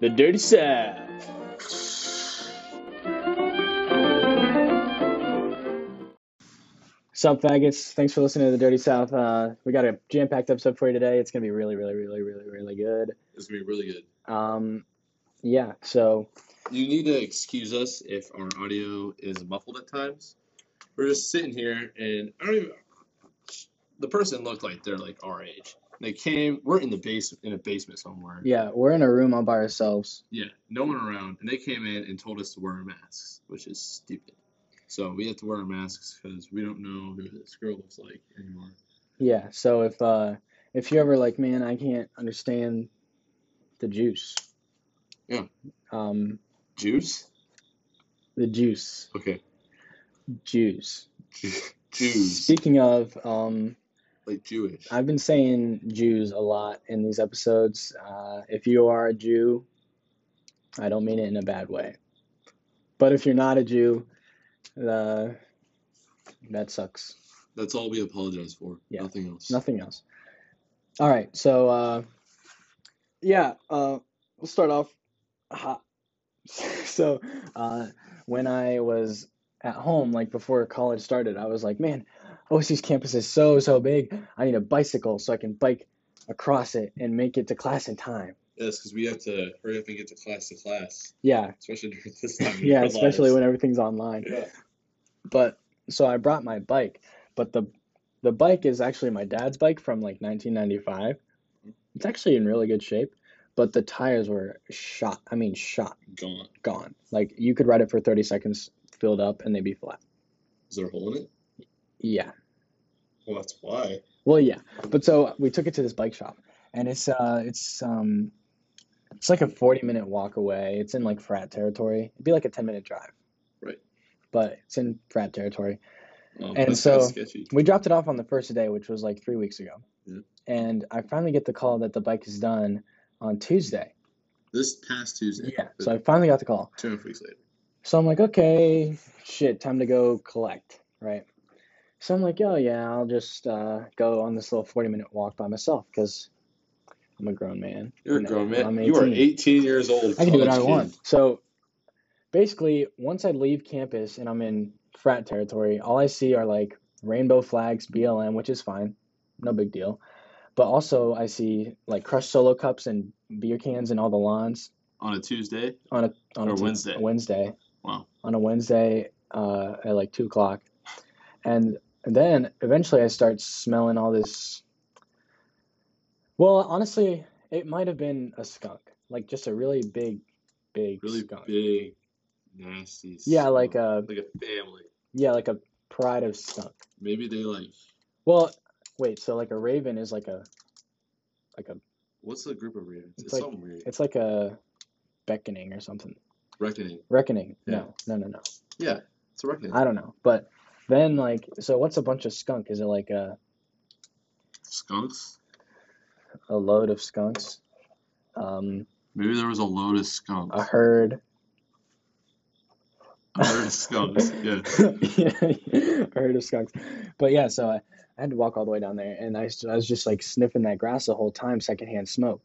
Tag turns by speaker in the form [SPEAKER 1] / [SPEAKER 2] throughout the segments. [SPEAKER 1] The Dirty South. What's up, Vegas? Thanks for listening to The Dirty South. Uh, we got a jam packed episode for you today. It's going to be really, really, really, really, really good.
[SPEAKER 2] It's gonna be really good.
[SPEAKER 1] Um, yeah, so
[SPEAKER 2] You need to excuse us if our audio is muffled at times. We're just sitting here, and I don't even. The person looked like they're like our age. They came. We're in the base in a basement somewhere.
[SPEAKER 1] yeah, we're in a room all by ourselves.
[SPEAKER 2] Yeah, no one around, and they came in and told us to wear masks, which is stupid. So we have to wear our masks because we don't know who this girl looks like anymore.
[SPEAKER 1] Yeah, so if uh, if you're ever like, man, I can't understand the juice.
[SPEAKER 2] Yeah.
[SPEAKER 1] Um,
[SPEAKER 2] Juice.
[SPEAKER 1] the juice,
[SPEAKER 2] Okay.
[SPEAKER 1] juice.
[SPEAKER 2] Jews.
[SPEAKER 1] Speaking of, um,
[SPEAKER 2] Like Jewish.
[SPEAKER 1] I've been saying Jews a lot in these episodes. Uh, if you are a Jew, I don't mean it in a bad way. But if you're not a Jew, uh, that sucks.
[SPEAKER 2] That's all we apologize for.
[SPEAKER 1] Yeah.
[SPEAKER 2] Nothing else.
[SPEAKER 1] Nothing else. All right. So, uh, yeah, uh, we'll start off hot. so, uh, when I was at home, like before college started, I was like, man, OC's campus is so, so big. I need a bicycle so I can bike across it and make it to class in time.
[SPEAKER 2] Yes, because we have to hurry up and get to class to class,
[SPEAKER 1] Yeah.
[SPEAKER 2] especially during this time. of
[SPEAKER 1] Yeah.
[SPEAKER 2] our
[SPEAKER 1] Especially
[SPEAKER 2] lives.
[SPEAKER 1] when everything's online.
[SPEAKER 2] Yeah.
[SPEAKER 1] But so I brought my bike, but the the bike is actually my dad's bike from like 1995. It's actually in really good shape, but the tires were shot. I mean, shot,
[SPEAKER 2] Gone.
[SPEAKER 1] gone. Like you could ride it for 30 seconds, filled up, and they'd be flat.
[SPEAKER 2] Is there a hole in it?
[SPEAKER 1] Yeah.
[SPEAKER 2] Well, that's why.
[SPEAKER 1] Well, yeah. But so we took it to this bike shop, and it's uh, it's um, it's like a 40 minute walk away. It's in like frat territory. It'd be like a 10 minute drive.
[SPEAKER 2] Right.
[SPEAKER 1] But it's in frat territory.
[SPEAKER 2] Oh,
[SPEAKER 1] And
[SPEAKER 2] that's
[SPEAKER 1] so-
[SPEAKER 2] kinda sketchy.
[SPEAKER 1] We dropped it off on the first day, which was like three weeks ago.
[SPEAKER 2] Yeah.
[SPEAKER 1] And I finally get the call that the bike is done on Tuesday.
[SPEAKER 2] This past Tuesday. but
[SPEAKER 1] So I finally got the call.
[SPEAKER 2] two and a half weeks later.
[SPEAKER 1] So I'm like, okay, shit, time to go collect, right? So I'm like, oh yeah, I'll just uh, go on this little 40 minute walk by myself because I'm a grown man.
[SPEAKER 2] You're a
[SPEAKER 1] No,
[SPEAKER 2] grown man.
[SPEAKER 1] I'm
[SPEAKER 2] You are
[SPEAKER 1] 18.
[SPEAKER 2] 18 years old.
[SPEAKER 1] I can do what I
[SPEAKER 2] college
[SPEAKER 1] want.
[SPEAKER 2] kid.
[SPEAKER 1] So basically, once I leave campus and I'm in frat territory, all I see are like rainbow flags, BLM, which is fine, no big deal. But also, I see like crushed solo cups and beer cans in all the lawns
[SPEAKER 2] On a Tuesday?
[SPEAKER 1] on a on
[SPEAKER 2] Or
[SPEAKER 1] a t-
[SPEAKER 2] Wednesday.
[SPEAKER 1] a Wednesday
[SPEAKER 2] Wow.
[SPEAKER 1] on a Wednesday uh, at like two o'clock, and then eventually I start smelling all this. Well, honestly, it might have been a skunk, like just a really big, big
[SPEAKER 2] Really
[SPEAKER 1] skunk.
[SPEAKER 2] big, nasty.
[SPEAKER 1] Yeah,
[SPEAKER 2] smell.
[SPEAKER 1] like a
[SPEAKER 2] like a family.
[SPEAKER 1] yeah, like a pride of skunk.
[SPEAKER 2] Maybe they like.
[SPEAKER 1] Well, wait, so like a raven is like a like a
[SPEAKER 2] What's the group of ravens?
[SPEAKER 1] It's
[SPEAKER 2] It's,
[SPEAKER 1] like-
[SPEAKER 2] something weird.
[SPEAKER 1] it's like a beckoning or something.
[SPEAKER 2] Reckoning.
[SPEAKER 1] Reckoning.
[SPEAKER 2] Yeah.
[SPEAKER 1] No, no, no, no.
[SPEAKER 2] It's a reckoning.
[SPEAKER 1] I don't know. But then like so what's a bunch of skunk? Is it like a,
[SPEAKER 2] Skunks?
[SPEAKER 1] a load of skunks? Um
[SPEAKER 2] Maybe there was a load of skunks.
[SPEAKER 1] a herd.
[SPEAKER 2] a herd of skunks. Yeah.
[SPEAKER 1] a herd of skunks. But yeah, so I, I had to walk all the way down there and I, s- I was just like sniffing that grass the whole time, secondhand smoke.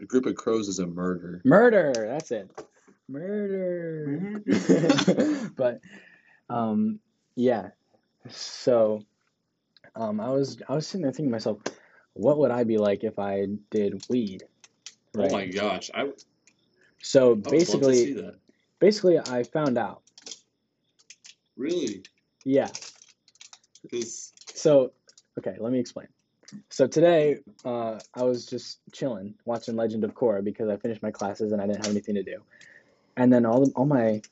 [SPEAKER 2] A group of crows is a murder.
[SPEAKER 1] Murder, that's it. Murder. but um yeah so um i was i was sitting there thinking to myself what would i be like if i did weed
[SPEAKER 2] Oh my gosh. I, I would love
[SPEAKER 1] so
[SPEAKER 2] to see
[SPEAKER 1] basically
[SPEAKER 2] that.
[SPEAKER 1] basically i found out
[SPEAKER 2] Really?
[SPEAKER 1] yeah
[SPEAKER 2] Because
[SPEAKER 1] so okay let me explain so today uh i was just chilling watching legend of korra because i finished my classes and i didn't have anything to do and then all, all my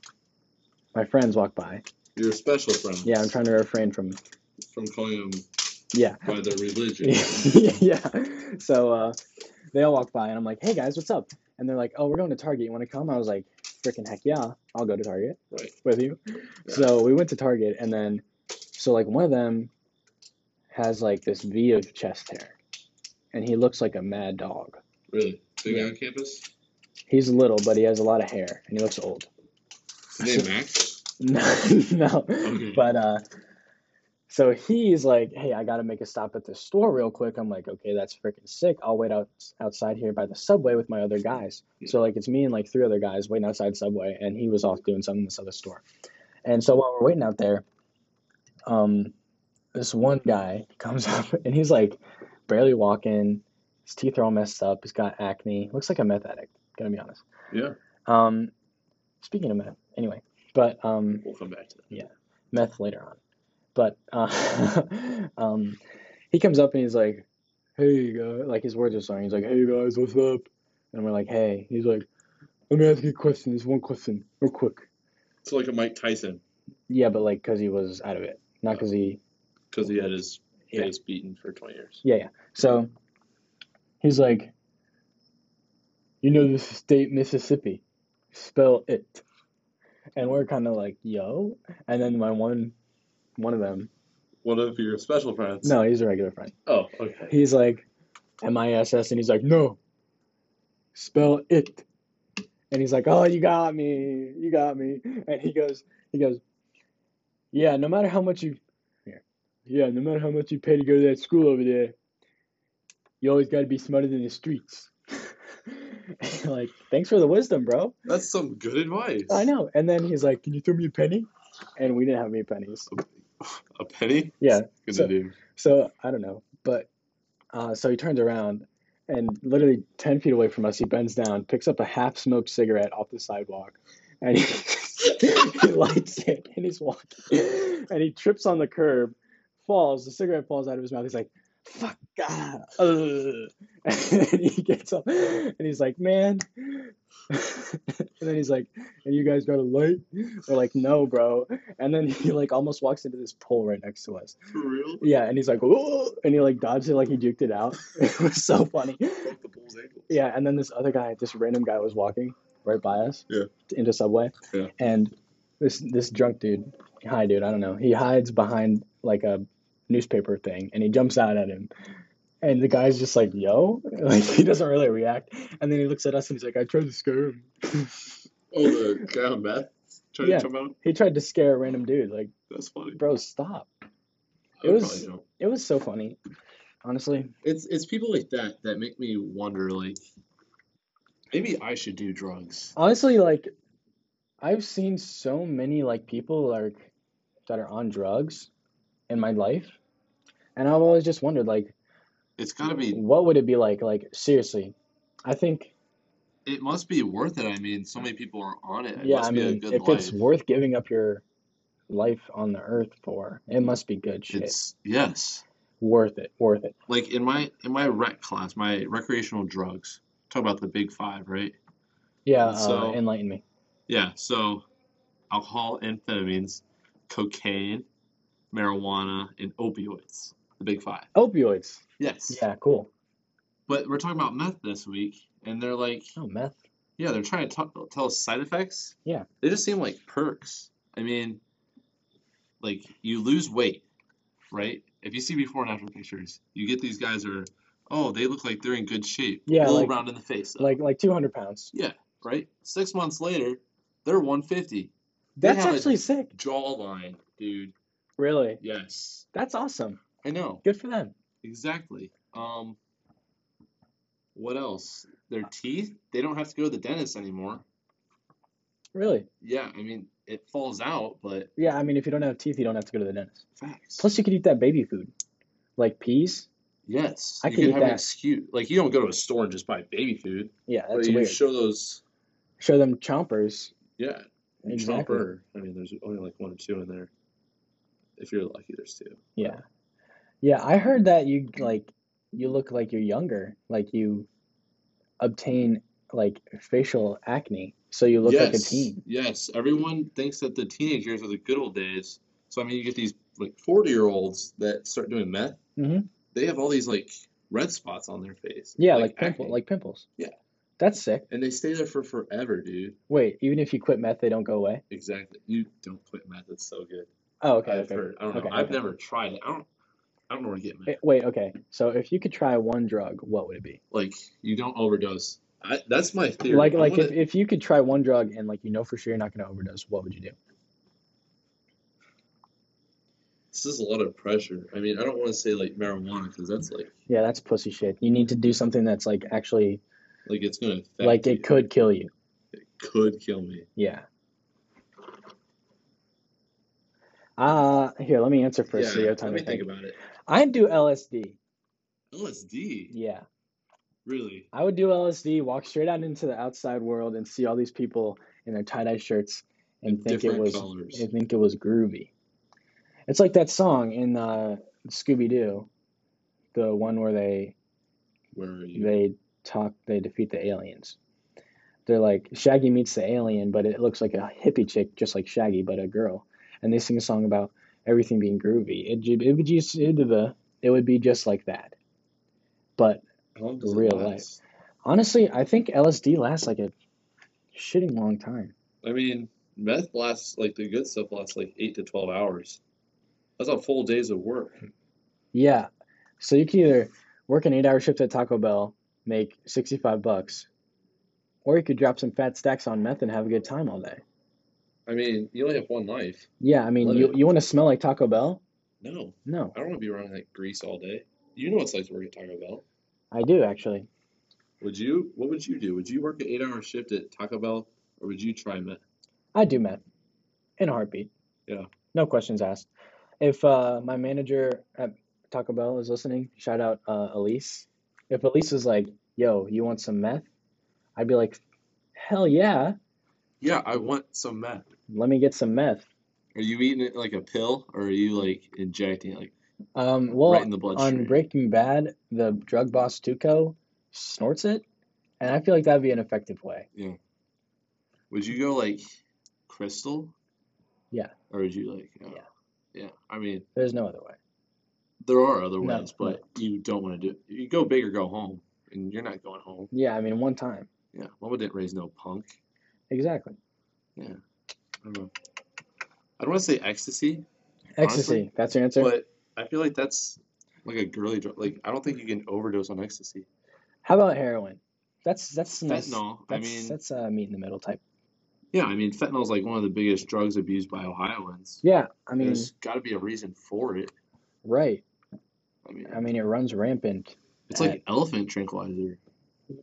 [SPEAKER 1] my friends walked by
[SPEAKER 2] you're a special friend
[SPEAKER 1] yeah i'm trying to refrain from
[SPEAKER 2] from calling them
[SPEAKER 1] yeah
[SPEAKER 2] by their religion.
[SPEAKER 1] yeah. So uh, they all walk by, and I'm like, "Hey guys, what's up?" And they're like, "Oh, we're going to Target. You want to come?" I was like, "Freaking heck yeah! I'll go to Target
[SPEAKER 2] Right.
[SPEAKER 1] with you." So we went to Target, and then so like one of them has like this V of chest hair, and he looks like a mad dog.
[SPEAKER 2] Really? Big
[SPEAKER 1] Yeah.
[SPEAKER 2] on campus?
[SPEAKER 1] He's little, but he has a lot of hair, and he looks old.
[SPEAKER 2] His name Max?
[SPEAKER 1] No, no.
[SPEAKER 2] Okay.
[SPEAKER 1] But uh, So he's like, "Hey, I gotta make a stop at this store real quick." I'm like, "Okay, that's freaking sick. I'll wait out outside here by the subway with my other guys." So like, it's me and like three other guys waiting outside Subway, and he was off doing something in this other store. And so while we're waiting out there, um, this one guy comes up and he's like barely walking. His teeth are all messed up. He's got acne. Looks like a meth addict. Gonna be honest.
[SPEAKER 2] Yeah.
[SPEAKER 1] Um, speaking of meth, anyway, but um,
[SPEAKER 2] We'll come back to that.
[SPEAKER 1] meth later on. But uh, um, he comes up and he's like, "Hey, you guys," like his words are sorry. He's like, "Hey, you guys, what's up?" And we're like, "Hey." He's like, "Let me ask you a question. This one question, real quick."
[SPEAKER 2] It's like a Mike Tyson
[SPEAKER 1] Yeah, but like, cause he was out of it, not cause he.
[SPEAKER 2] because he had his
[SPEAKER 1] Yeah.
[SPEAKER 2] face beaten for 20 years.
[SPEAKER 1] Yeah, yeah. So he's like, you know, this state Mississippi, spell it, and we're kind of like, yo. And then my one, one of them.
[SPEAKER 2] One of your special friends.
[SPEAKER 1] No, he's a regular friend.
[SPEAKER 2] Oh, okay.
[SPEAKER 1] He's like, M-I-S-S, and he's like, no, spell it. And he's like, oh, you got me, you got me. And he goes, he goes, yeah, no matter how much you, here. yeah, no matter how much you pay to go to that school over there, you always got to be smarter than the streets. like, thanks for the wisdom, bro.
[SPEAKER 2] That's some good advice.
[SPEAKER 1] I know. And then he's like, can you throw me a penny? And we didn't have any pennies.
[SPEAKER 2] A penny?
[SPEAKER 1] Yeah.
[SPEAKER 2] Good
[SPEAKER 1] So-
[SPEAKER 2] to do.
[SPEAKER 1] So I don't know, but uh, so he turns around and literally ten feet away from us, he bends down, picks up a half-smoked cigarette off the sidewalk, and he, he lights it, and he's walking, and he trips on the curb, falls, the cigarette falls out of his mouth. He's like, "Fuck, God!" And he gets up, and he's like, "Man." and then he's like, "And you guys got a light?" We're like, "No, bro." And then he like almost walks into this pole right next to us.
[SPEAKER 2] For real?
[SPEAKER 1] Yeah, and he's like, "Ooh," and he like dodged it like he juked it out. It was so funny.
[SPEAKER 2] Broke the bull's ankle.
[SPEAKER 1] Yeah, and then this other guy, this random guy, was walking right by us.
[SPEAKER 2] Yeah.
[SPEAKER 1] Into Subway.
[SPEAKER 2] Yeah.
[SPEAKER 1] And this this drunk dude, hi dude, I don't know. He hides behind like a newspaper thing, and he jumps out at him. And the guy's just like, "Yo," like he doesn't really react. And then he looks at us and he's like, "I tried to scare him."
[SPEAKER 2] Oh, the guy on meth trying
[SPEAKER 1] Yeah.
[SPEAKER 2] to jump out?
[SPEAKER 1] He tried to scare a random dude. Like,
[SPEAKER 2] That's funny.
[SPEAKER 1] bro, stop.
[SPEAKER 2] I
[SPEAKER 1] It
[SPEAKER 2] would
[SPEAKER 1] was-
[SPEAKER 2] probably jump.
[SPEAKER 1] It was so funny. Honestly,
[SPEAKER 2] It's it's people like that that make me wonder like maybe I should do drugs.
[SPEAKER 1] Honestly, like I've seen so many like people like that are on drugs in my life, and I've always just wondered like
[SPEAKER 2] It's gotta be
[SPEAKER 1] what would it be like? Like seriously, I think
[SPEAKER 2] it must be worth it. I mean, so many people are on it. It
[SPEAKER 1] yeah,
[SPEAKER 2] must
[SPEAKER 1] I
[SPEAKER 2] be a
[SPEAKER 1] mean
[SPEAKER 2] good
[SPEAKER 1] if
[SPEAKER 2] life.
[SPEAKER 1] it's worth giving up your life on the earth for, it must be good shit.
[SPEAKER 2] It's yes.
[SPEAKER 1] Worth it, worth it.
[SPEAKER 2] Like in my in my rec class, my recreational drugs. Talk about the big five, right?
[SPEAKER 1] Yeah, uh,
[SPEAKER 2] So-
[SPEAKER 1] enlighten me.
[SPEAKER 2] Yeah, so alcohol, amphetamines, cocaine, marijuana, and opioids. The big five.
[SPEAKER 1] Opioids.
[SPEAKER 2] Yes.
[SPEAKER 1] Yeah, cool.
[SPEAKER 2] But we're talking about meth this week, and they're like,
[SPEAKER 1] Oh, meth.
[SPEAKER 2] yeah, they're trying to t- tell us side effects.
[SPEAKER 1] Yeah.
[SPEAKER 2] They just seem like perks. I mean, like you lose weight, right? If you see before and after pictures, you get these guys are, oh, they look like they're in good shape.
[SPEAKER 1] Yeah,
[SPEAKER 2] A little
[SPEAKER 1] like-
[SPEAKER 2] round in the face, though,
[SPEAKER 1] Like like 200 pounds.
[SPEAKER 2] right? Six months later, they're 150. They
[SPEAKER 1] That's
[SPEAKER 2] have a-
[SPEAKER 1] actually sick.
[SPEAKER 2] Jawline, dude.
[SPEAKER 1] Really?
[SPEAKER 2] Yes.
[SPEAKER 1] That's awesome.
[SPEAKER 2] I know.
[SPEAKER 1] Good for them.
[SPEAKER 2] Exactly. Um, what else? Their teeth, they don't have to go to the dentist anymore.
[SPEAKER 1] Really.
[SPEAKER 2] Yeah, I mean, it falls out, but
[SPEAKER 1] Yeah, I mean if you don't have teeth, you don't have to go to the dentist.
[SPEAKER 2] facts.
[SPEAKER 1] Plus, you could eat that baby food, like peas.
[SPEAKER 2] Yes,
[SPEAKER 1] I
[SPEAKER 2] you
[SPEAKER 1] could
[SPEAKER 2] can
[SPEAKER 1] eat
[SPEAKER 2] have an
[SPEAKER 1] that.
[SPEAKER 2] excuse. Like you don't go to a store and just buy baby food,
[SPEAKER 1] Yeah,
[SPEAKER 2] but
[SPEAKER 1] that's
[SPEAKER 2] you
[SPEAKER 1] weird.
[SPEAKER 2] show those.
[SPEAKER 1] Show them chompers.
[SPEAKER 2] Yeah, you
[SPEAKER 1] Exactly.
[SPEAKER 2] chomper. I mean, there's only like one or two in there. If you're lucky, there's two.
[SPEAKER 1] Yeah, yeah. I heard that you like you look like you're younger. Like you obtain like facial acne, so you look like a
[SPEAKER 2] Yes,
[SPEAKER 1] teen.
[SPEAKER 2] Yes, everyone thinks that the teenage years are the good old days. So I mean, you get these like forty-year-olds that start doing meth.
[SPEAKER 1] Mhm.
[SPEAKER 2] They have all these like red spots on their face.
[SPEAKER 1] Yeah, like pimple,
[SPEAKER 2] acne.
[SPEAKER 1] like pimples.
[SPEAKER 2] Yeah.
[SPEAKER 1] That's sick.
[SPEAKER 2] and they stay there for forever, dude.
[SPEAKER 1] Wait, even if you quit meth, they don't go away.
[SPEAKER 2] Exactly. You don't quit meth. It's so good.
[SPEAKER 1] Oh, okay,
[SPEAKER 2] I've
[SPEAKER 1] okay.
[SPEAKER 2] heard. I don't know.
[SPEAKER 1] Okay,
[SPEAKER 2] I've
[SPEAKER 1] okay.
[SPEAKER 2] never tried it. I don't. I don't know where to get meth.
[SPEAKER 1] Eh, Wait, okay. So if you could try one drug, what would it be?
[SPEAKER 2] Like you don't overdose. I, that's my theory.
[SPEAKER 1] Like,
[SPEAKER 2] I
[SPEAKER 1] like
[SPEAKER 2] wanna-
[SPEAKER 1] if, if you could try one drug and like you know for sure you're not gonna overdose, what would you do?
[SPEAKER 2] This is a lot of pressure. I mean, I don't want to say like marijuana because that's like
[SPEAKER 1] Yeah, that's pussy shit. You need to do something that's like actually
[SPEAKER 2] like it's gonna affect
[SPEAKER 1] like
[SPEAKER 2] you.
[SPEAKER 1] it could kill you.
[SPEAKER 2] could kill me.
[SPEAKER 1] Yeah. Uh here, let me answer for
[SPEAKER 2] yeah,
[SPEAKER 1] CEO
[SPEAKER 2] let
[SPEAKER 1] time.
[SPEAKER 2] me
[SPEAKER 1] I think.
[SPEAKER 2] think about it.
[SPEAKER 1] I do LSD.
[SPEAKER 2] LSD,
[SPEAKER 1] Yeah.
[SPEAKER 2] really?
[SPEAKER 1] I would do LSD, walk straight out into the outside world and see all these people in their tie-dye shirts and think it
[SPEAKER 2] Different
[SPEAKER 1] was
[SPEAKER 2] colors.
[SPEAKER 1] I think it was groovy. It's like that song in uh, Scooby Doo, the one where they
[SPEAKER 2] Where are you?
[SPEAKER 1] they talk they defeat the aliens. They're like Shaggy meets the alien, but it looks like a hippie chick, just like Shaggy, but a girl. And they sing a song about everything being groovy. It ju- it would just it would be- it would be just like that. But
[SPEAKER 2] How long does it
[SPEAKER 1] real
[SPEAKER 2] last?
[SPEAKER 1] honestly, I think LSD lasts like a shitting long time.
[SPEAKER 2] I mean, meth lasts like the good stuff lasts like eight to twelve hours. That's a full days of work.
[SPEAKER 1] Yeah. So you can either work an eight hour shift at Taco Bell, make 65 bucks, or you could drop some fat stacks on meth and have a good time all day.
[SPEAKER 2] I mean, you only have one life.
[SPEAKER 1] Yeah, I mean,
[SPEAKER 2] Love
[SPEAKER 1] you,
[SPEAKER 2] it.
[SPEAKER 1] you want to smell like Taco Bell?
[SPEAKER 2] No,
[SPEAKER 1] No,
[SPEAKER 2] I don't want to be around that grease all day. You know what it's like to work at Taco Bell.
[SPEAKER 1] I do actually.
[SPEAKER 2] Would you? What would you do? Would you work an eight-hour shift at Taco Bell, or would you try meth?
[SPEAKER 1] I do meth in a heartbeat.
[SPEAKER 2] Yeah.
[SPEAKER 1] No questions asked. If uh, my manager at Taco Bell is listening, shout out uh, Elise. If Elise was like, yo, you want some meth? I'd be like, hell yeah,
[SPEAKER 2] Yeah, I want some meth.
[SPEAKER 1] let me get some meth.
[SPEAKER 2] Are you eating it like a pill, or are you like injecting it like
[SPEAKER 1] Um, well,
[SPEAKER 2] right in the bloodstream?
[SPEAKER 1] on Breaking Bad, the drug boss Tuco snorts it, and I feel like that'd be an effective way.
[SPEAKER 2] Would you go like crystal?
[SPEAKER 1] Yeah.
[SPEAKER 2] Or would you like? Uh,
[SPEAKER 1] Yeah.
[SPEAKER 2] yeah. I mean,
[SPEAKER 1] There's no other way.
[SPEAKER 2] there are other
[SPEAKER 1] No,
[SPEAKER 2] ways, but you don't want to do. You go big or go home, and you're not going home.
[SPEAKER 1] Yeah, I mean, one time.
[SPEAKER 2] Yeah. Mama didn't raise no punk.
[SPEAKER 1] Exactly.
[SPEAKER 2] I don't know. I don't want to say ecstasy,
[SPEAKER 1] Ecstasy.
[SPEAKER 2] Honestly,
[SPEAKER 1] that's your answer.
[SPEAKER 2] but I feel like that's like a girly drug. Like I don't think you can overdose on ecstasy.
[SPEAKER 1] How about heroin? That's that's nice.
[SPEAKER 2] Fentanyl. I
[SPEAKER 1] That's
[SPEAKER 2] mean,
[SPEAKER 1] that's uh, meat in the middle type.
[SPEAKER 2] yeah. I mean, fentanyl is like one of the biggest drugs abused by Ohioans.
[SPEAKER 1] Yeah, I mean,
[SPEAKER 2] There's got to be a reason for it.
[SPEAKER 1] right.
[SPEAKER 2] I mean,
[SPEAKER 1] I mean, it runs rampant.
[SPEAKER 2] it's like elephant tranquilizer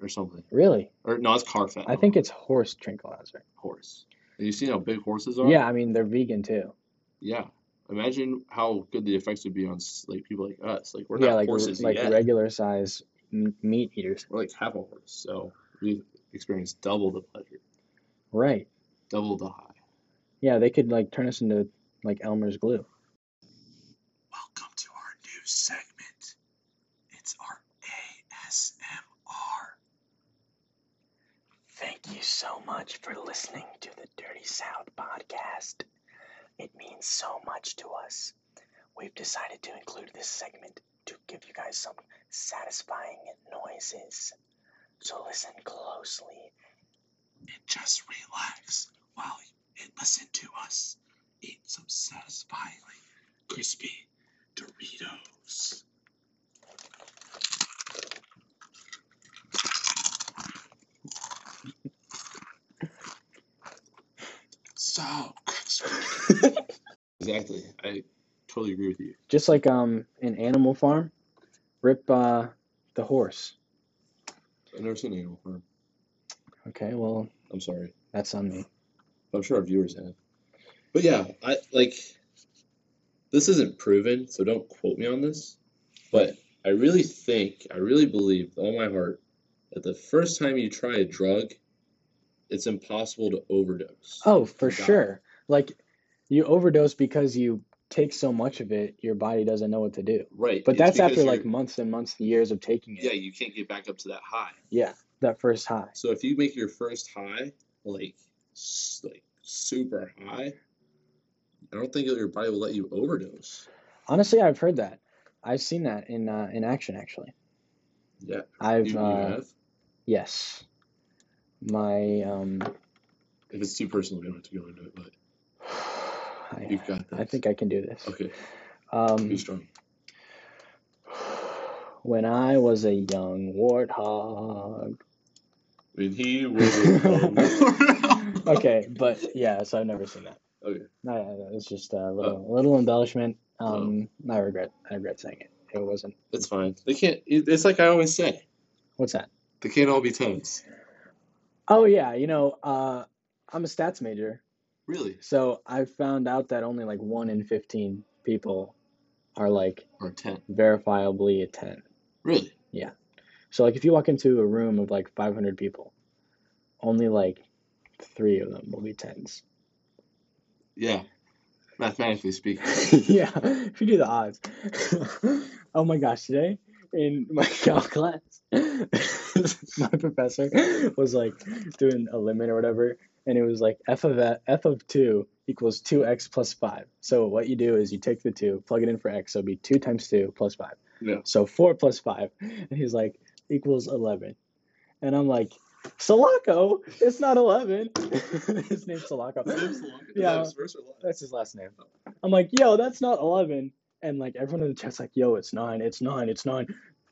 [SPEAKER 2] or something.
[SPEAKER 1] Really,
[SPEAKER 2] Or no, it's car fentanyl.
[SPEAKER 1] I think it's horse tranquilizer.
[SPEAKER 2] horse. And you seen how big horses are?
[SPEAKER 1] Yeah, I mean, they're vegan too.
[SPEAKER 2] Yeah. Imagine how good the effects would be on s- like people like us. Like we're
[SPEAKER 1] Yeah,
[SPEAKER 2] not
[SPEAKER 1] like
[SPEAKER 2] horses
[SPEAKER 1] like
[SPEAKER 2] yet.
[SPEAKER 1] regular size m- meat eaters.
[SPEAKER 2] We're like half a horse, so we experience double the pleasure,
[SPEAKER 1] Right.
[SPEAKER 2] double the high.
[SPEAKER 1] Yeah, they could like turn us into like Elmer's glue.
[SPEAKER 2] Welcome to our new segment. It's our ASMR.
[SPEAKER 1] Thank you so much for listening to the Dirty South podcast. It means so much to us. We've decided to include this segment to give you guys some satisfying noises. So listen closely.
[SPEAKER 2] And just relax while you listen to us eat some satisfyingly crispy Doritos. So crispy. exactly. I totally agree with you.
[SPEAKER 1] Just like um in Animal Farm, rip uh the horse.
[SPEAKER 2] I've never seen Animal Farm.
[SPEAKER 1] Okay, well,
[SPEAKER 2] I'm sorry.
[SPEAKER 1] that's on me.
[SPEAKER 2] I'm sure our viewers have. But yeah, I like this isn't proven, so don't quote me on this. But I really think, I really believe with all my heart that the first time you try a drug, it's impossible to overdose.
[SPEAKER 1] Oh, for
[SPEAKER 2] You got it.
[SPEAKER 1] sure. Like you overdose because you take so much of it, your body doesn't know what to do.
[SPEAKER 2] Right.
[SPEAKER 1] But
[SPEAKER 2] it's
[SPEAKER 1] that's
[SPEAKER 2] because
[SPEAKER 1] after like
[SPEAKER 2] you're-
[SPEAKER 1] months and months and years of taking it.
[SPEAKER 2] yeah, you can't get back up to that high.
[SPEAKER 1] Yeah, that first high.
[SPEAKER 2] So if you make your first high like s- like super high, I don't think that your body will let you overdose.
[SPEAKER 1] Honestly, I've heard that. I've seen that in uh, in action actually.
[SPEAKER 2] Yeah,
[SPEAKER 1] I've
[SPEAKER 2] you, you
[SPEAKER 1] uh,
[SPEAKER 2] have.
[SPEAKER 1] yes, my um,
[SPEAKER 2] If it's too personal, we don't have to go into it, but
[SPEAKER 1] I,
[SPEAKER 2] you've got this.
[SPEAKER 1] I think I can do this.
[SPEAKER 2] Okay, be
[SPEAKER 1] Um,
[SPEAKER 2] strong.
[SPEAKER 1] when I was a young warthog.
[SPEAKER 2] When he was a young warthog.
[SPEAKER 1] Okay, but yeah, so I've never seen that.
[SPEAKER 2] Okay.
[SPEAKER 1] No, no, no, it's just a little little embellishment. Um, I regret I regret saying it. It wasn't.
[SPEAKER 2] It's fine. They can't. it- It's like I always say.
[SPEAKER 1] What's that?
[SPEAKER 2] They can't all be tennis.
[SPEAKER 1] Oh yeah, you know, uh, I'm a stats major,
[SPEAKER 2] Really?
[SPEAKER 1] so I found out that only like one in fifteen people are like
[SPEAKER 2] Or ten?
[SPEAKER 1] verifiably a ten.
[SPEAKER 2] Really?
[SPEAKER 1] So like, if you walk into a room of like 500 people, only like three of them will be tens.
[SPEAKER 2] Yeah. Mathematically speaking.
[SPEAKER 1] yeah, if you do the odds. oh my gosh, today in my calc class, my professor was like doing a limit or whatever, and it was like f of a- f of two equals two x plus five. So what you do is you take the two, plug it in for x, so it'd be two times two plus five.
[SPEAKER 2] Yeah.
[SPEAKER 1] So four plus five, and he's like equals eleven, and I'm like. Sulaco, it's not eleven. His name's Sulaco. Yeah. That's his last name. I'm like, yo, that's not 11. And like everyone in the chat's like, yo, it's nine, it's nine, it's nine.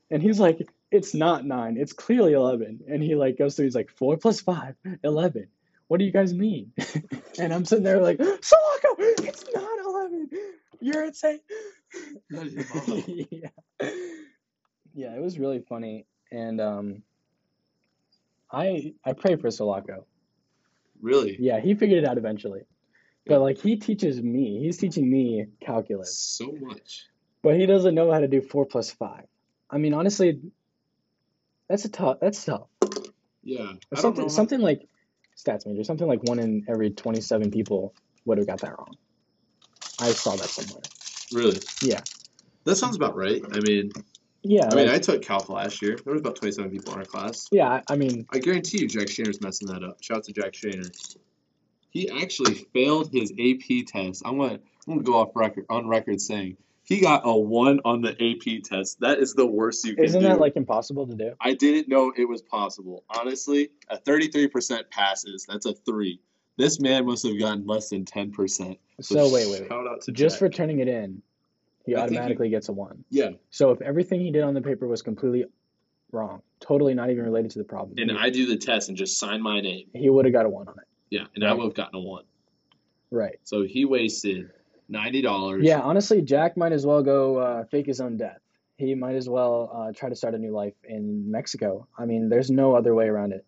[SPEAKER 1] And he's like, it's not nine, it's clearly 11. And he like goes through, he's like, four plus five, 11. What do you guys mean? and I'm sitting there like, Solako, it's not 11. You're insane. yeah. yeah, it was really funny. And um, I I pray for Solako.
[SPEAKER 2] Really?
[SPEAKER 1] Yeah, he figured it out eventually.
[SPEAKER 2] Yeah.
[SPEAKER 1] But like he teaches me, he's teaching me calculus.
[SPEAKER 2] So much.
[SPEAKER 1] But he doesn't know how to do four plus five. I mean, honestly, that's a tough. That's tough.
[SPEAKER 2] Yeah. I don't
[SPEAKER 1] Something,
[SPEAKER 2] know.
[SPEAKER 1] something like stats major. Something like one in every twenty-seven people would have got that wrong. I saw that somewhere.
[SPEAKER 2] Really?
[SPEAKER 1] Yeah.
[SPEAKER 2] That sounds about right. I mean,
[SPEAKER 1] Yeah,
[SPEAKER 2] I mean,
[SPEAKER 1] like-
[SPEAKER 2] I took calc last year. There was about 27 people in our class.
[SPEAKER 1] yeah. I- I mean,
[SPEAKER 2] I guarantee you, Jack Shaner's messing that up. Shout out to Jack Shaner. He actually failed his AP test. I'm gonna, I'm gonna go off record on record saying he got a one on the AP test. That is the worst you can
[SPEAKER 1] isn't
[SPEAKER 2] do.
[SPEAKER 1] that like impossible to do?
[SPEAKER 2] I didn't know it was possible. Honestly, a 33% passes. That's a three. This man must have gotten less than 10%.
[SPEAKER 1] So wait, wait, wait.
[SPEAKER 2] Shout out to
[SPEAKER 1] Just for
[SPEAKER 2] Jack.
[SPEAKER 1] turning it in, he
[SPEAKER 2] I think he-
[SPEAKER 1] automatically gets a one.
[SPEAKER 2] yeah,
[SPEAKER 1] So if everything he did on the paper was completely wrong, totally not even related to the problem,
[SPEAKER 2] and I do the test and just sign my name.
[SPEAKER 1] he would have got a one on it.
[SPEAKER 2] Yeah, and I would have gotten a one.
[SPEAKER 1] Right.
[SPEAKER 2] So he wasted ninety dollars.
[SPEAKER 1] Yeah, honestly, Jack might as well go uh, fake his own death. He might as well uh, try to start a new life in Mexico. I mean, there's no other way around it.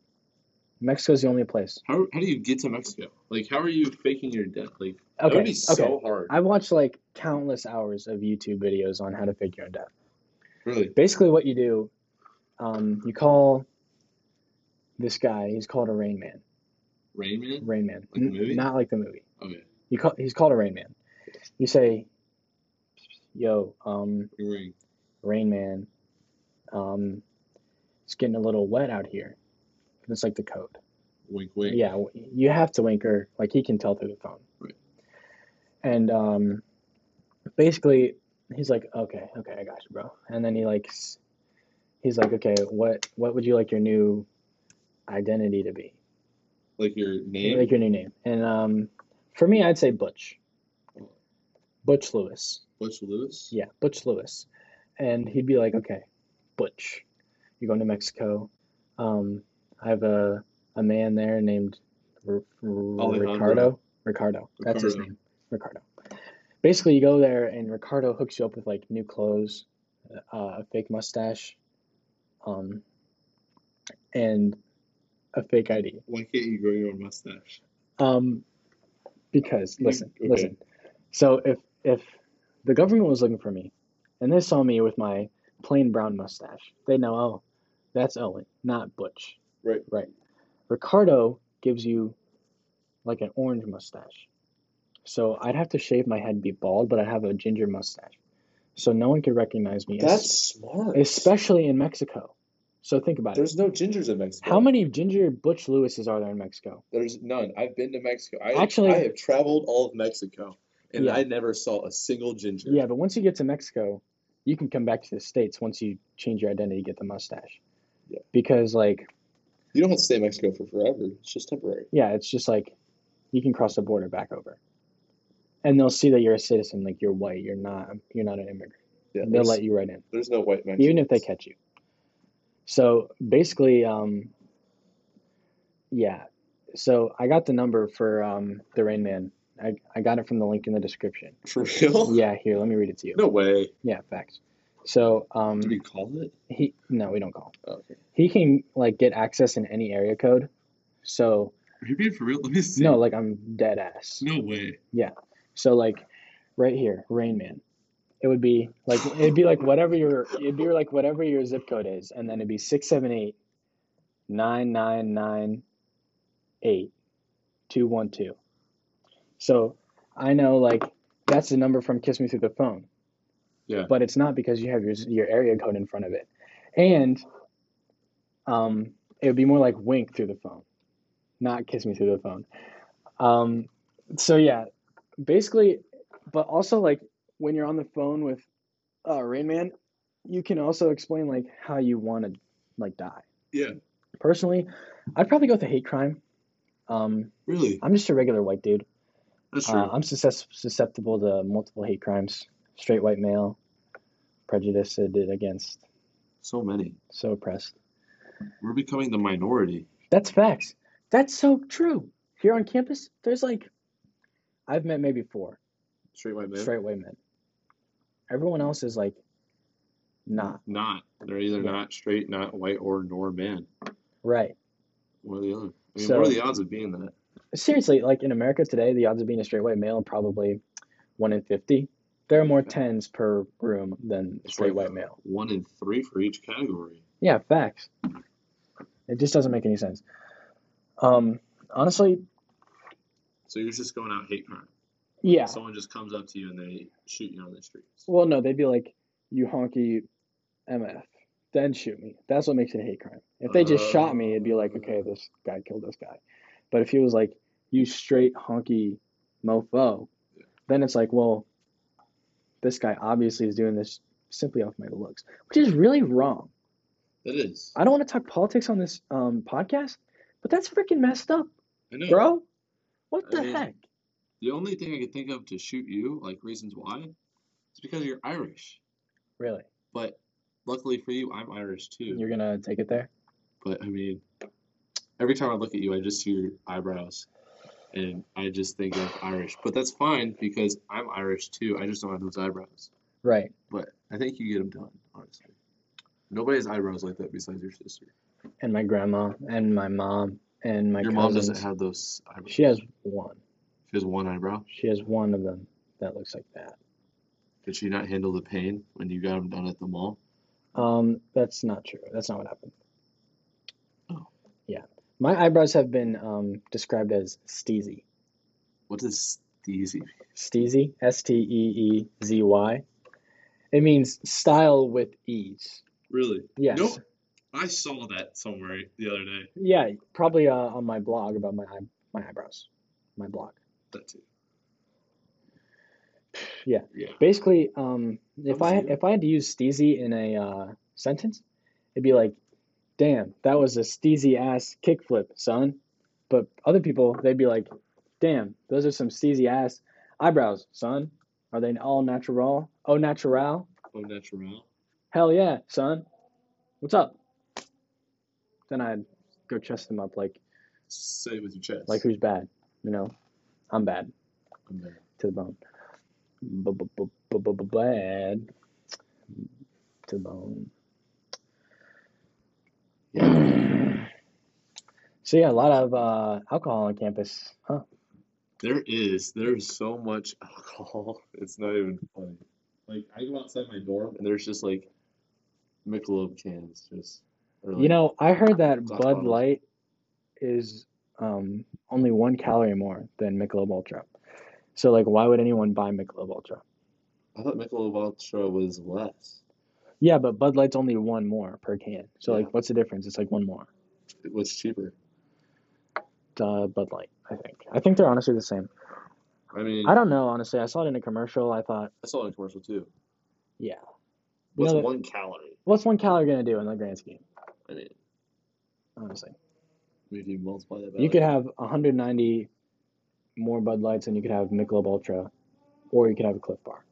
[SPEAKER 1] Mexico's the only place.
[SPEAKER 2] How, how do you get to Mexico? Like, how are you faking your death? Like, that
[SPEAKER 1] Okay,
[SPEAKER 2] would be so
[SPEAKER 1] okay.
[SPEAKER 2] hard.
[SPEAKER 1] I've watched like countless hours of YouTube videos on how to fake your own death.
[SPEAKER 2] Really?
[SPEAKER 1] Basically, what you do, um, you call this guy. He's called a Rain Man.
[SPEAKER 2] Rain Man?
[SPEAKER 1] Rain Man.
[SPEAKER 2] Like the movie?
[SPEAKER 1] N- not like the movie.
[SPEAKER 2] Okay.
[SPEAKER 1] You call. He's called a Rain Man. You say, "Yo, um,
[SPEAKER 2] You're wearing
[SPEAKER 1] Rain Man. Um, it's getting a little wet out here. And it's like the code.
[SPEAKER 2] wink wink.
[SPEAKER 1] Yeah, w- you have to wink her. Like he can tell through the phone.
[SPEAKER 2] Right.
[SPEAKER 1] And um, basically, he's like, okay, okay, I got you, bro. And then he like, s- he's like, okay, what what would you like your new identity to be?
[SPEAKER 2] Like your name?
[SPEAKER 1] Like your new name. And um, for me, I'd say Butch. Butch Lewis.
[SPEAKER 2] Butch Lewis?
[SPEAKER 1] Yeah, Butch Lewis. And he'd be like, okay, Butch, you're going to Mexico. Um, I have a, a man there named R- R-
[SPEAKER 2] Alejandro.
[SPEAKER 1] Ricardo. Ricardo. That's his
[SPEAKER 2] Ricardo.
[SPEAKER 1] name. Ricardo. Basically, you go there and Ricardo hooks you up with like new clothes, uh, a fake mustache, um, and a fake ID.
[SPEAKER 2] Why can't you grow your own mustache?
[SPEAKER 1] Um, because
[SPEAKER 2] You-
[SPEAKER 1] listen,
[SPEAKER 2] okay.
[SPEAKER 1] listen. So if if the government was looking for me, and they saw me with my plain brown mustache, they know, oh, that's Owen, not Butch.
[SPEAKER 2] Right.
[SPEAKER 1] Right. Ricardo gives you like an orange mustache. So I'd have to shave my head, be bald, but I have a ginger mustache. So no one could recognize me, es-
[SPEAKER 2] smart.
[SPEAKER 1] especially in Mexico. So think about it.
[SPEAKER 2] no gingers in Mexico.
[SPEAKER 1] How many ginger Butch Lewises are there in Mexico?
[SPEAKER 2] There's none. I've been to Mexico. I,
[SPEAKER 1] Actually-
[SPEAKER 2] I have traveled all of Mexico, and
[SPEAKER 1] Yeah.
[SPEAKER 2] I never saw a single ginger.
[SPEAKER 1] Yeah, but once you get to Mexico, you can come back to the States once you change your identity, get the mustache.
[SPEAKER 2] Yeah.
[SPEAKER 1] Because like,
[SPEAKER 2] You don't have to stay in Mexico for forever. It's just temporary.
[SPEAKER 1] yeah, it's just like you can cross the border back over. And they'll see that you're a citizen, like you're white, you're not you're not an immigrant.
[SPEAKER 2] Yeah,
[SPEAKER 1] And they'll
[SPEAKER 2] there's,
[SPEAKER 1] let you right in.
[SPEAKER 2] there's no white Mexicans.
[SPEAKER 1] Even if they catch you. So basically, um yeah. So I got the number for um the Rain Man I, I got it from the link in the description.
[SPEAKER 2] For real?
[SPEAKER 1] Yeah, here, let me read it to you.
[SPEAKER 2] Oh. No way.
[SPEAKER 1] Yeah, facts. So, um,
[SPEAKER 2] Did he call it?
[SPEAKER 1] he no, we don't call. him.
[SPEAKER 2] Okay.
[SPEAKER 1] He can like get access in any area code. So
[SPEAKER 2] Are you being for real? Let me see.
[SPEAKER 1] no, like I'm dead ass.
[SPEAKER 2] No way.
[SPEAKER 1] So like, right here, Rain Man. It would be like it'd be like whatever your it'd be like whatever your zip code is, and then it'd be six seven eight nine nine nine eight two one two. So I know like that's the number from Kiss Me Through the Phone.
[SPEAKER 2] Yeah.
[SPEAKER 1] But it's not because you have your your area code in front of it, and um, it would be more like wink through the phone, not kiss me through the phone. Um, so yeah, basically, but also like when you're on the phone with uh, Rain Man, you can also explain like how you want to like die.
[SPEAKER 2] Yeah.
[SPEAKER 1] Personally, I'd probably go with a hate crime. Um,
[SPEAKER 2] Really?
[SPEAKER 1] I'm just a regular white dude.
[SPEAKER 2] That's true.
[SPEAKER 1] Uh, I'm susces- susceptible to multiple hate crimes. Straight white male, prejudiced against,
[SPEAKER 2] so many.
[SPEAKER 1] so oppressed.
[SPEAKER 2] We're becoming the minority.
[SPEAKER 1] That's facts. That's so true. Here on campus, there's like, I've met maybe four
[SPEAKER 2] Straight white men.
[SPEAKER 1] straight white men. Everyone else is like, not
[SPEAKER 2] Not. They're either
[SPEAKER 1] Yeah.
[SPEAKER 2] not straight, not white, or nor man.
[SPEAKER 1] right.
[SPEAKER 2] One or the other. I mean,
[SPEAKER 1] So-
[SPEAKER 2] what are the odds of being that?
[SPEAKER 1] Seriously, like in America today, the odds of being a straight white male are probably one in fifty. There are more tens per room than
[SPEAKER 2] It's
[SPEAKER 1] straight
[SPEAKER 2] like
[SPEAKER 1] white male.
[SPEAKER 2] One in three for each category.
[SPEAKER 1] Yeah, facts. It just doesn't make any sense. Um, honestly,
[SPEAKER 2] So you're just going out hate crime.
[SPEAKER 1] yeah.
[SPEAKER 2] Someone just comes up to you and they shoot you on the streets.
[SPEAKER 1] Well, no, they'd be like, "You honky, MF." Then shoot me. That's what makes it a hate crime. If they just shot me, it'd be
[SPEAKER 2] Oh.
[SPEAKER 1] like, okay, this guy killed this guy. But if he was like, "You straight honky, mofo," then it's like, well, this guy obviously is doing this simply off my looks, which is really wrong.
[SPEAKER 2] It is.
[SPEAKER 1] I don't want to talk politics on this um, podcast, but that's freaking messed up,
[SPEAKER 2] I know.
[SPEAKER 1] bro. What
[SPEAKER 2] I
[SPEAKER 1] the
[SPEAKER 2] mean-
[SPEAKER 1] heck?
[SPEAKER 2] The only thing I could think of to shoot you, like reasons why, is because you're Irish.
[SPEAKER 1] Really?
[SPEAKER 2] But luckily for you, I'm Irish too.
[SPEAKER 1] You're gonna take it there?
[SPEAKER 2] But I mean, every time I look at you, I just see your eyebrows, and I just think of Irish. But that's fine because I'm Irish too. I just don't have those eyebrows.
[SPEAKER 1] Right.
[SPEAKER 2] But I think you get them done, honestly. Nobody has eyebrows like that besides your sister.
[SPEAKER 1] And my grandma and my mom and my
[SPEAKER 2] Your
[SPEAKER 1] cousins.
[SPEAKER 2] mom doesn't have those eyebrows.
[SPEAKER 1] She has one.
[SPEAKER 2] She has one eyebrow.
[SPEAKER 1] She has one of them that looks like that.
[SPEAKER 2] Could she not handle the pain when you got them done at the mall?
[SPEAKER 1] Um, that's not true. That's not what happened.
[SPEAKER 2] Oh.
[SPEAKER 1] Yeah. My eyebrows have been um, described as steezy.
[SPEAKER 2] What is steezy?
[SPEAKER 1] Steezy? S T E E Z Y. It means style with ease.
[SPEAKER 2] Really?
[SPEAKER 1] Yes.
[SPEAKER 2] Nope. I saw that somewhere the other day.
[SPEAKER 1] Yeah, probably uh, on my blog about my eye- my eyebrows. My blog.
[SPEAKER 2] That too.
[SPEAKER 1] Yeah.
[SPEAKER 2] Yeah.
[SPEAKER 1] Basically, um, if
[SPEAKER 2] was
[SPEAKER 1] I
[SPEAKER 2] you.
[SPEAKER 1] if I had to use steezy in a uh, sentence, it'd be like, "Damn, that was a steezy ass kickflip, son." But other people, they'd be like, "Damn, those are some steezy ass eyebrows, son. Are they all natural? Oh, natural?
[SPEAKER 2] Au natural.
[SPEAKER 1] Hell yeah, son. What's up?" Then I'd go chest them up like
[SPEAKER 2] Say it with your chest.
[SPEAKER 1] like who's bad, you know? I'm bad
[SPEAKER 2] I'm there.
[SPEAKER 1] to the bone. Bad to the bone.
[SPEAKER 2] Yeah.
[SPEAKER 1] So yeah, a lot of uh, alcohol on campus, huh?
[SPEAKER 2] There is. There's so much alcohol. It's not even funny. Like I go outside my dorm and there's just like Michelob cans, just or
[SPEAKER 1] You
[SPEAKER 2] like
[SPEAKER 1] know, I heard that
[SPEAKER 2] Glass
[SPEAKER 1] Bud
[SPEAKER 2] bottles.
[SPEAKER 1] Light is um, only one calorie more than Michelob Ultra. So like, why would anyone buy Michelob Ultra?
[SPEAKER 2] I thought Michelob Ultra was less.
[SPEAKER 1] Yeah, but Bud Light's only one more per can. So
[SPEAKER 2] Yeah.
[SPEAKER 1] like, what's the difference? It's like one more.
[SPEAKER 2] It was cheaper.
[SPEAKER 1] Uh, Bud Light, I think. I think they're honestly the same.
[SPEAKER 2] I mean,
[SPEAKER 1] I don't know, honestly. I saw it in a commercial. I thought,
[SPEAKER 2] I saw it in a commercial too.
[SPEAKER 1] yeah,
[SPEAKER 2] What's
[SPEAKER 1] know that-
[SPEAKER 2] one calorie?
[SPEAKER 1] what's one calorie gonna do in the grand scheme?
[SPEAKER 2] I mean,
[SPEAKER 1] Honestly.
[SPEAKER 2] if you multiply that by
[SPEAKER 1] You
[SPEAKER 2] like,
[SPEAKER 1] could have 190 more Bud Lights than you could have Michelob Ultra, or you could have a Cliff Bar.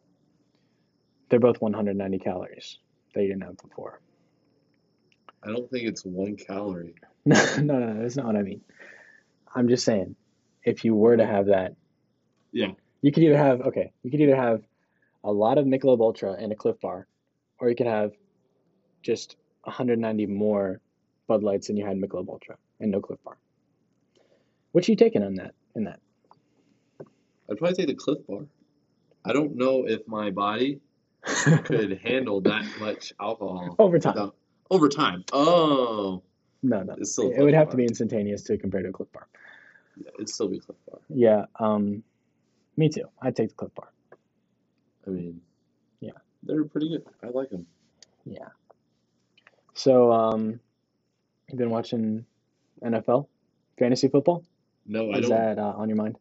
[SPEAKER 1] They're both 190 calories that you didn't have before.
[SPEAKER 2] I don't think it's one calorie.
[SPEAKER 1] No, no, no, that's not what I mean. I'm just saying, if you were to have that,
[SPEAKER 2] Yeah.
[SPEAKER 1] You could either have okay, you could either have a lot of Michelob Ultra and a Cliff Bar, or you could have just 190 more Bud Lights than you had Michelob Ultra and no Cliff Bar. What are you taking on that? In that,
[SPEAKER 2] I'd probably take the Cliff Bar. I don't know if my body could handle that much alcohol
[SPEAKER 1] over time.
[SPEAKER 2] without- over time. Oh,
[SPEAKER 1] No, no,
[SPEAKER 2] It's still a
[SPEAKER 1] it would
[SPEAKER 2] Cliff
[SPEAKER 1] have to
[SPEAKER 2] Bar.
[SPEAKER 1] be instantaneous to compare to a Cliff Bar.
[SPEAKER 2] Yeah, it'd still be Cliff Bar.
[SPEAKER 1] Yeah, um, me too. I'd take the Cliff Bar.
[SPEAKER 2] I mean,
[SPEAKER 1] Yeah.
[SPEAKER 2] they're pretty good. I like them.
[SPEAKER 1] So, um, you've been watching NFL, fantasy football?
[SPEAKER 2] No, I
[SPEAKER 1] Is
[SPEAKER 2] don't.
[SPEAKER 1] that uh, on your mind?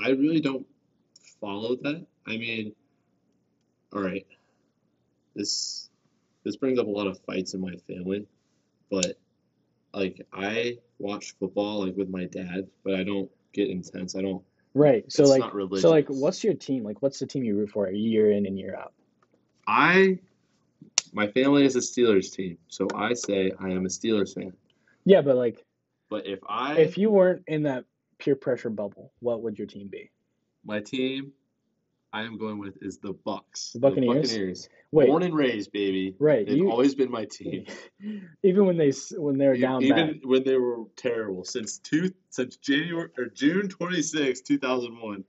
[SPEAKER 2] I really don't follow that. I mean, all right, this this brings up a lot of fights in my family, but like I watch football like with my dad, but I don't get intense. I don't.
[SPEAKER 1] Right. So
[SPEAKER 2] It's
[SPEAKER 1] like,
[SPEAKER 2] not
[SPEAKER 1] so like,
[SPEAKER 2] religious.
[SPEAKER 1] what's your team? Like, what's the team you root for year in and year out?
[SPEAKER 2] I my family is a Steelers team, so I say I am a Steelers fan.
[SPEAKER 1] Yeah, but like,
[SPEAKER 2] But if I
[SPEAKER 1] if you weren't in that peer pressure bubble, what would your team be?
[SPEAKER 2] my team I am going with is the Bucks.
[SPEAKER 1] The Buccaneers?
[SPEAKER 2] Buccaneers.
[SPEAKER 1] Wait,
[SPEAKER 2] Born and raised, baby.
[SPEAKER 1] right?
[SPEAKER 2] They've
[SPEAKER 1] You
[SPEAKER 2] always been my team.
[SPEAKER 1] even when they s- when they're
[SPEAKER 2] E-
[SPEAKER 1] down
[SPEAKER 2] even
[SPEAKER 1] bad,
[SPEAKER 2] when they were terrible since two since January or June 26, 2001,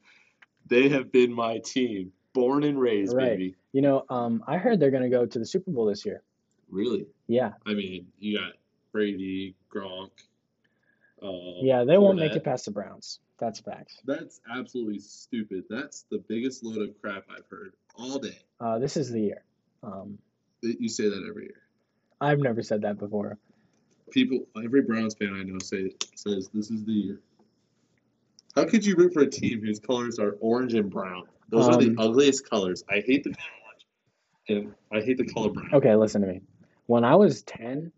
[SPEAKER 2] they have been my team, born and raised,
[SPEAKER 1] Right.
[SPEAKER 2] baby.
[SPEAKER 1] you know, um, I heard they're gonna go to the Super Bowl this year.
[SPEAKER 2] Really?
[SPEAKER 1] Yeah,
[SPEAKER 2] I mean, you got Brady, Gronk. Uh,
[SPEAKER 1] yeah, they won't make
[SPEAKER 2] Fournette.
[SPEAKER 1] it past the Browns. That's facts.
[SPEAKER 2] That's absolutely stupid. That's the biggest load of crap I've heard all day.
[SPEAKER 1] Uh, this is the year. Um,
[SPEAKER 2] That You say that every year.
[SPEAKER 1] I've never said that before.
[SPEAKER 2] People, every Browns fan I know say says this is the year. How could you root for a team whose colors are orange and brown? Those are the
[SPEAKER 1] Um,
[SPEAKER 2] ugliest colors. I hate the color orange, and I hate the color brown.
[SPEAKER 1] Okay, listen to me. When I was 10,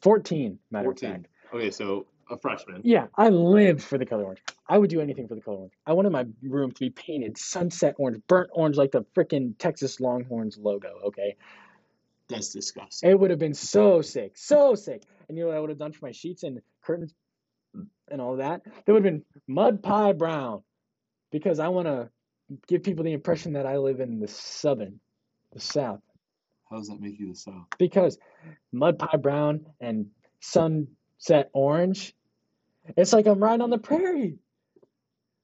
[SPEAKER 1] 14, matter of fact.
[SPEAKER 2] Fourteen. Okay, so a freshman.
[SPEAKER 1] Yeah, I lived for the color orange. I would do anything for the color orange. I wanted my room to be painted sunset orange, burnt orange, like the freaking Texas Longhorns logo. Okay,
[SPEAKER 2] That's disgusting.
[SPEAKER 1] it would have been so sick, so sick. And you know what I would have done for my sheets and curtains and all that? They would have been mud pie brown because I want to give people the impression that I live in the southern, the south.
[SPEAKER 2] How does that make you the South?
[SPEAKER 1] Because mud pie brown and sunset orange, it's like I'm riding on the prairie.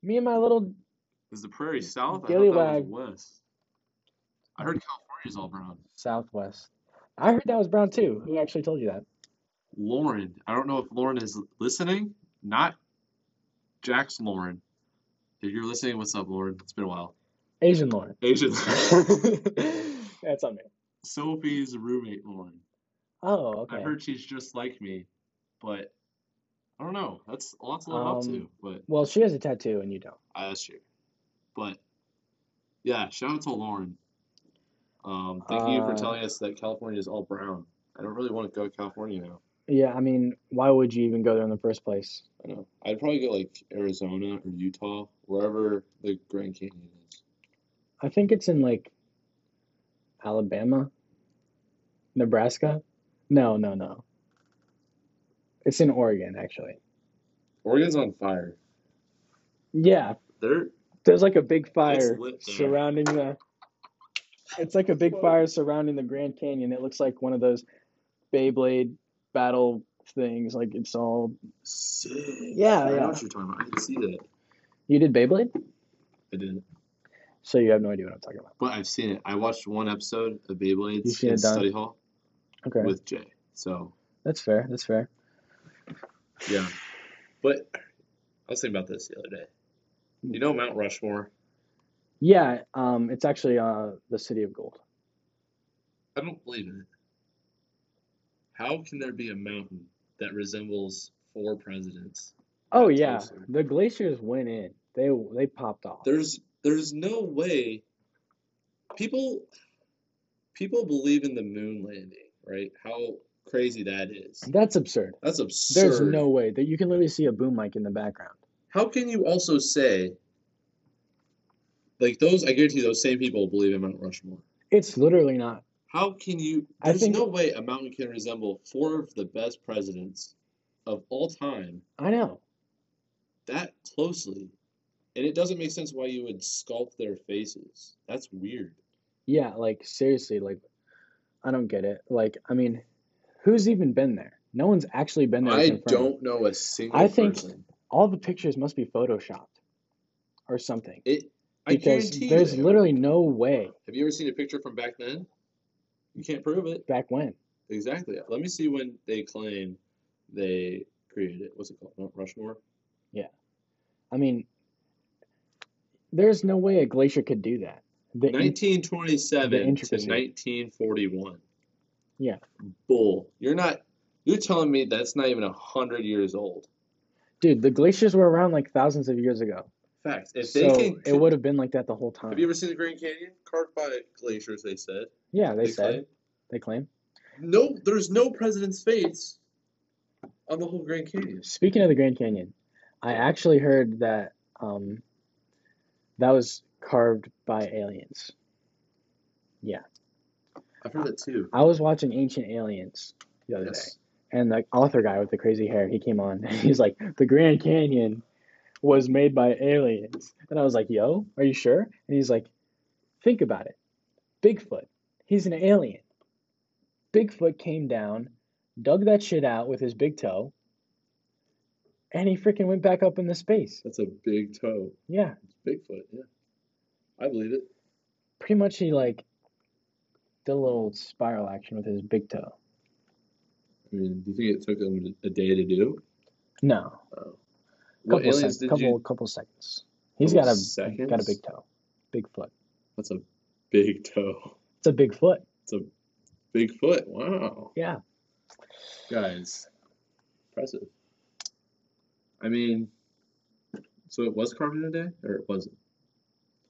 [SPEAKER 1] Me and my little
[SPEAKER 2] Is the Prairie South? I thought that
[SPEAKER 1] Gillywag.
[SPEAKER 2] was West. I heard California's all brown.
[SPEAKER 1] Southwest. I heard that was brown too. Who actually told you that?
[SPEAKER 2] Lauren. I don't know if Lauren is listening. Not Jack's Lauren. If you're listening, what's up, Lauren? It's been a while.
[SPEAKER 1] Asian Lauren.
[SPEAKER 2] Asian.
[SPEAKER 1] That's on me.
[SPEAKER 2] Sophie's roommate, Lauren.
[SPEAKER 1] Oh,
[SPEAKER 2] I
[SPEAKER 1] okay.
[SPEAKER 2] heard she's just like me, but I don't know. That's a lot to live up
[SPEAKER 1] Um,
[SPEAKER 2] to. But
[SPEAKER 1] Well, she has a tattoo and you don't.
[SPEAKER 2] uh, that's true. But yeah, shout out to Lauren. Um, thank you for
[SPEAKER 1] Uh,
[SPEAKER 2] telling us that California is all brown. I don't really want to go to California now.
[SPEAKER 1] Yeah, I mean, why would you even go there in the first place?
[SPEAKER 2] I know. I'd probably go like Arizona or Utah, wherever the Grand Canyon is.
[SPEAKER 1] I think it's in like Alabama, Nebraska. No, no, no. It's in Oregon, actually.
[SPEAKER 2] Oregon's on fire.
[SPEAKER 1] Yeah,
[SPEAKER 2] They're
[SPEAKER 1] there's like a big fire
[SPEAKER 2] lit there.
[SPEAKER 1] surrounding the. It's like a big fire surrounding the Grand Canyon. It looks like one of those Beyblade battle things. Like it's all.
[SPEAKER 2] sick.
[SPEAKER 1] Yeah,
[SPEAKER 2] I
[SPEAKER 1] yeah.
[SPEAKER 2] know what you're talking about. I can see that.
[SPEAKER 1] You did Beyblade?
[SPEAKER 2] I didn't.
[SPEAKER 1] So you have no idea what I'm talking about.
[SPEAKER 2] But I've seen it. I watched one episode of Beyblades
[SPEAKER 1] You've seen
[SPEAKER 2] in
[SPEAKER 1] it done?
[SPEAKER 2] study hall
[SPEAKER 1] Okay.
[SPEAKER 2] with Jay. So
[SPEAKER 1] That's fair. That's fair.
[SPEAKER 2] yeah. But I was thinking about this the other day.
[SPEAKER 1] Hmm.
[SPEAKER 2] You know Mount Rushmore?
[SPEAKER 1] Yeah, um, it's actually uh the City of Gold.
[SPEAKER 2] I don't believe in it. How can there be a mountain that resembles four presidents?
[SPEAKER 1] Oh
[SPEAKER 2] That's
[SPEAKER 1] yeah,
[SPEAKER 2] awesome.
[SPEAKER 1] the glaciers went in. They they popped off.
[SPEAKER 2] There's there's no way people people believe in the moon landing, right? How crazy that is.
[SPEAKER 1] That's absurd.
[SPEAKER 2] That's
[SPEAKER 1] There's
[SPEAKER 2] absurd.
[SPEAKER 1] no way that you can literally see a boom mic in the background.
[SPEAKER 2] How can you also say like those I guarantee those same people believe in Mount Rushmore.
[SPEAKER 1] It's literally not.
[SPEAKER 2] How can you
[SPEAKER 1] I
[SPEAKER 2] there's
[SPEAKER 1] think-
[SPEAKER 2] no way a mountain can resemble four of the best presidents of all time
[SPEAKER 1] I know.
[SPEAKER 2] that closely. And it doesn't make sense why you would sculpt their faces. That's weird.
[SPEAKER 1] Yeah, like seriously, like I don't get it. Like I mean, who's even been there? No one's actually been there to
[SPEAKER 2] I
[SPEAKER 1] confirm.
[SPEAKER 2] don't know a single
[SPEAKER 1] I think-
[SPEAKER 2] person.
[SPEAKER 1] All the pictures must be photoshopped or something
[SPEAKER 2] It I
[SPEAKER 1] because
[SPEAKER 2] guarantee you
[SPEAKER 1] there's
[SPEAKER 2] they are.
[SPEAKER 1] literally no way
[SPEAKER 2] Have you ever seen a picture from back then? You can't prove it.
[SPEAKER 1] back when.
[SPEAKER 2] Exactly. Let me see when they claim they created it. What's it called? Mount Rushmore?
[SPEAKER 1] I mean, there's no way a glacier could do that. The in-
[SPEAKER 2] 1927
[SPEAKER 1] the
[SPEAKER 2] to
[SPEAKER 1] intricacy.
[SPEAKER 2] 1941.
[SPEAKER 1] Yeah.
[SPEAKER 2] Bull. You're not, you're telling me that's not even a 100 years old.
[SPEAKER 1] dude, the glaciers were around like thousands of years ago.
[SPEAKER 2] Facts. If they
[SPEAKER 1] So
[SPEAKER 2] can,
[SPEAKER 1] it would have been like that the whole time.
[SPEAKER 2] have you ever seen the Grand Canyon? Carved by glaciers, they said.
[SPEAKER 1] yeah, they, said
[SPEAKER 2] claim.
[SPEAKER 1] they claim.
[SPEAKER 2] No, there's no president's face on the whole Grand Canyon.
[SPEAKER 1] Speaking of the Grand Canyon, I actually heard that um, that was carved by aliens.
[SPEAKER 2] I've heard that too.
[SPEAKER 1] I was watching Ancient Aliens the other day.
[SPEAKER 2] Yes.
[SPEAKER 1] and the author guy with the crazy hair, he came on and he's like, "The Grand Canyon was made by aliens," and I was like, "Yo, are you sure?" And he's like, "Think about it, Bigfoot, he's an alien. Bigfoot came down, dug that shit out with his big toe, and he freaking went back up into space.
[SPEAKER 2] That's a big toe.
[SPEAKER 1] Yeah,
[SPEAKER 2] It's Bigfoot, yeah. I believe it.
[SPEAKER 1] pretty much he like did a little spiral action with his big toe.
[SPEAKER 2] I mean, do you think it took them a day to do?
[SPEAKER 1] No,
[SPEAKER 2] Oh.
[SPEAKER 1] couple
[SPEAKER 2] What aliens
[SPEAKER 1] sec-
[SPEAKER 2] did
[SPEAKER 1] couple
[SPEAKER 2] you?
[SPEAKER 1] couple seconds. He's got
[SPEAKER 2] Couple
[SPEAKER 1] a got a
[SPEAKER 2] seconds?
[SPEAKER 1] big toe, big foot.
[SPEAKER 2] That's a big toe.
[SPEAKER 1] It's a big foot.
[SPEAKER 2] Bigfoot. Wow.
[SPEAKER 1] Yeah.
[SPEAKER 2] Guys, impressive. I mean, so it was carved in a day, or it wasn't?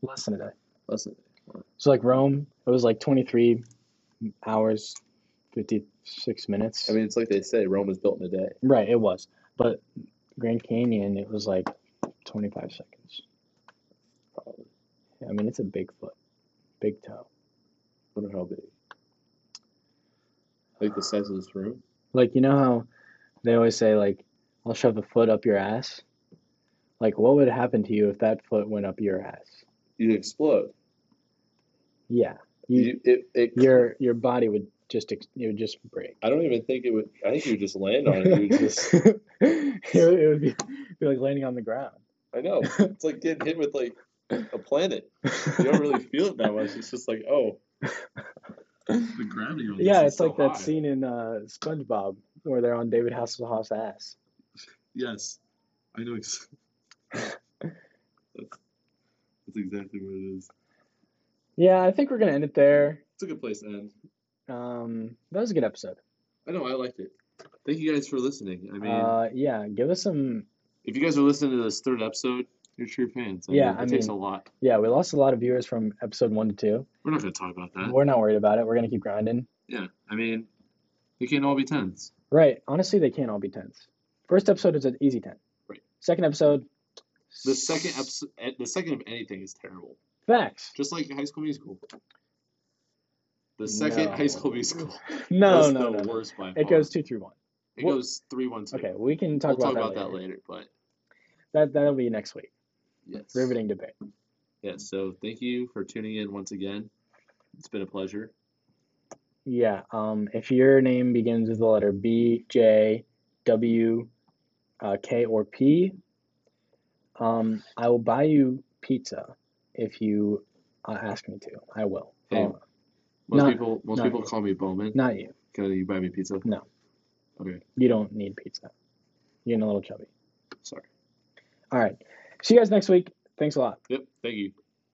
[SPEAKER 1] Less than a day.
[SPEAKER 2] Less than a day.
[SPEAKER 1] So like Rome, it was like 23 hours, 56 minutes.
[SPEAKER 2] I mean, it's like they say, Rome was built in a day.
[SPEAKER 1] right, it was. But Grand Canyon, it was like 25 seconds.
[SPEAKER 2] Probably.
[SPEAKER 1] I mean, it's a big foot, big toe.
[SPEAKER 2] Wonder how big. Like the size of this room.
[SPEAKER 1] Like you know how they always say like, "I'll shove a foot up your ass." Like what would happen to you if that foot went up your ass?
[SPEAKER 2] You'd explode.
[SPEAKER 1] Yeah, you,
[SPEAKER 2] You, it, it,
[SPEAKER 1] your your body would just ex- it would just break.
[SPEAKER 2] I don't even think it would. I think you would just land on it. You would just.
[SPEAKER 1] it, would, it would be, be like landing on the ground.
[SPEAKER 2] I know. It's like getting hit with like a planet. You don't really feel it that much. It's just like, oh. The gravity on this
[SPEAKER 1] Yeah,
[SPEAKER 2] is
[SPEAKER 1] it's
[SPEAKER 2] so
[SPEAKER 1] like that
[SPEAKER 2] high.
[SPEAKER 1] scene in uh, SpongeBob where they're on David Hasselhoff's ass.
[SPEAKER 2] Yes, I know. Ex- that's, that's exactly what it is.
[SPEAKER 1] Yeah, I think we're gonna end it there.
[SPEAKER 2] It's a good place to end.
[SPEAKER 1] Um, that was a good episode.
[SPEAKER 2] I know. I liked it. Thank you guys for listening. I mean,
[SPEAKER 1] Uh, yeah, give us some.
[SPEAKER 2] if you guys are listening to this third episode, you're true fans. I
[SPEAKER 1] Yeah,
[SPEAKER 2] mean, it
[SPEAKER 1] I
[SPEAKER 2] takes
[SPEAKER 1] mean-
[SPEAKER 2] a lot.
[SPEAKER 1] Yeah, we lost a lot of viewers from episode one to two.
[SPEAKER 2] We're not going to talk about that.
[SPEAKER 1] We're not worried about it. We're gonna keep grinding.
[SPEAKER 2] Yeah, I mean, they can't all be tens.
[SPEAKER 1] Right. Honestly, they can't all be tens. First episode is an easy ten.
[SPEAKER 2] Right.
[SPEAKER 1] Second episode.
[SPEAKER 2] The second episode, the second of anything is terrible.
[SPEAKER 1] Facts.
[SPEAKER 2] Just like High School Musical. The second
[SPEAKER 1] No.
[SPEAKER 2] High School Musical
[SPEAKER 1] No,
[SPEAKER 2] was
[SPEAKER 1] no,
[SPEAKER 2] the
[SPEAKER 1] no, no.
[SPEAKER 2] worst by
[SPEAKER 1] It
[SPEAKER 2] far.
[SPEAKER 1] goes two through one.
[SPEAKER 2] It goes three one two.
[SPEAKER 1] Okay, we can talk
[SPEAKER 2] We'll
[SPEAKER 1] about
[SPEAKER 2] talk
[SPEAKER 1] that
[SPEAKER 2] about that
[SPEAKER 1] later.
[SPEAKER 2] later, but
[SPEAKER 1] That that'll be next week.
[SPEAKER 2] yes.
[SPEAKER 1] Riveting debate.
[SPEAKER 2] Yeah, so thank you for tuning in once again. It's been a pleasure.
[SPEAKER 1] Yeah, um, if your name begins with the letter B, J, W, uh, K, or P, um, I will buy you pizza if you uh, ask me to. I will.
[SPEAKER 2] Hey.
[SPEAKER 1] Oh,
[SPEAKER 2] Most
[SPEAKER 1] Not-
[SPEAKER 2] people most
[SPEAKER 1] not
[SPEAKER 2] people
[SPEAKER 1] you.
[SPEAKER 2] call me Bowman.
[SPEAKER 1] not you.
[SPEAKER 2] Can you buy me pizza?
[SPEAKER 1] No.
[SPEAKER 2] Okay,
[SPEAKER 1] You don't need pizza. You're getting a little chubby.
[SPEAKER 2] sorry.
[SPEAKER 1] All right. See you guys next week. Thanks a lot.
[SPEAKER 2] Yep, thank you.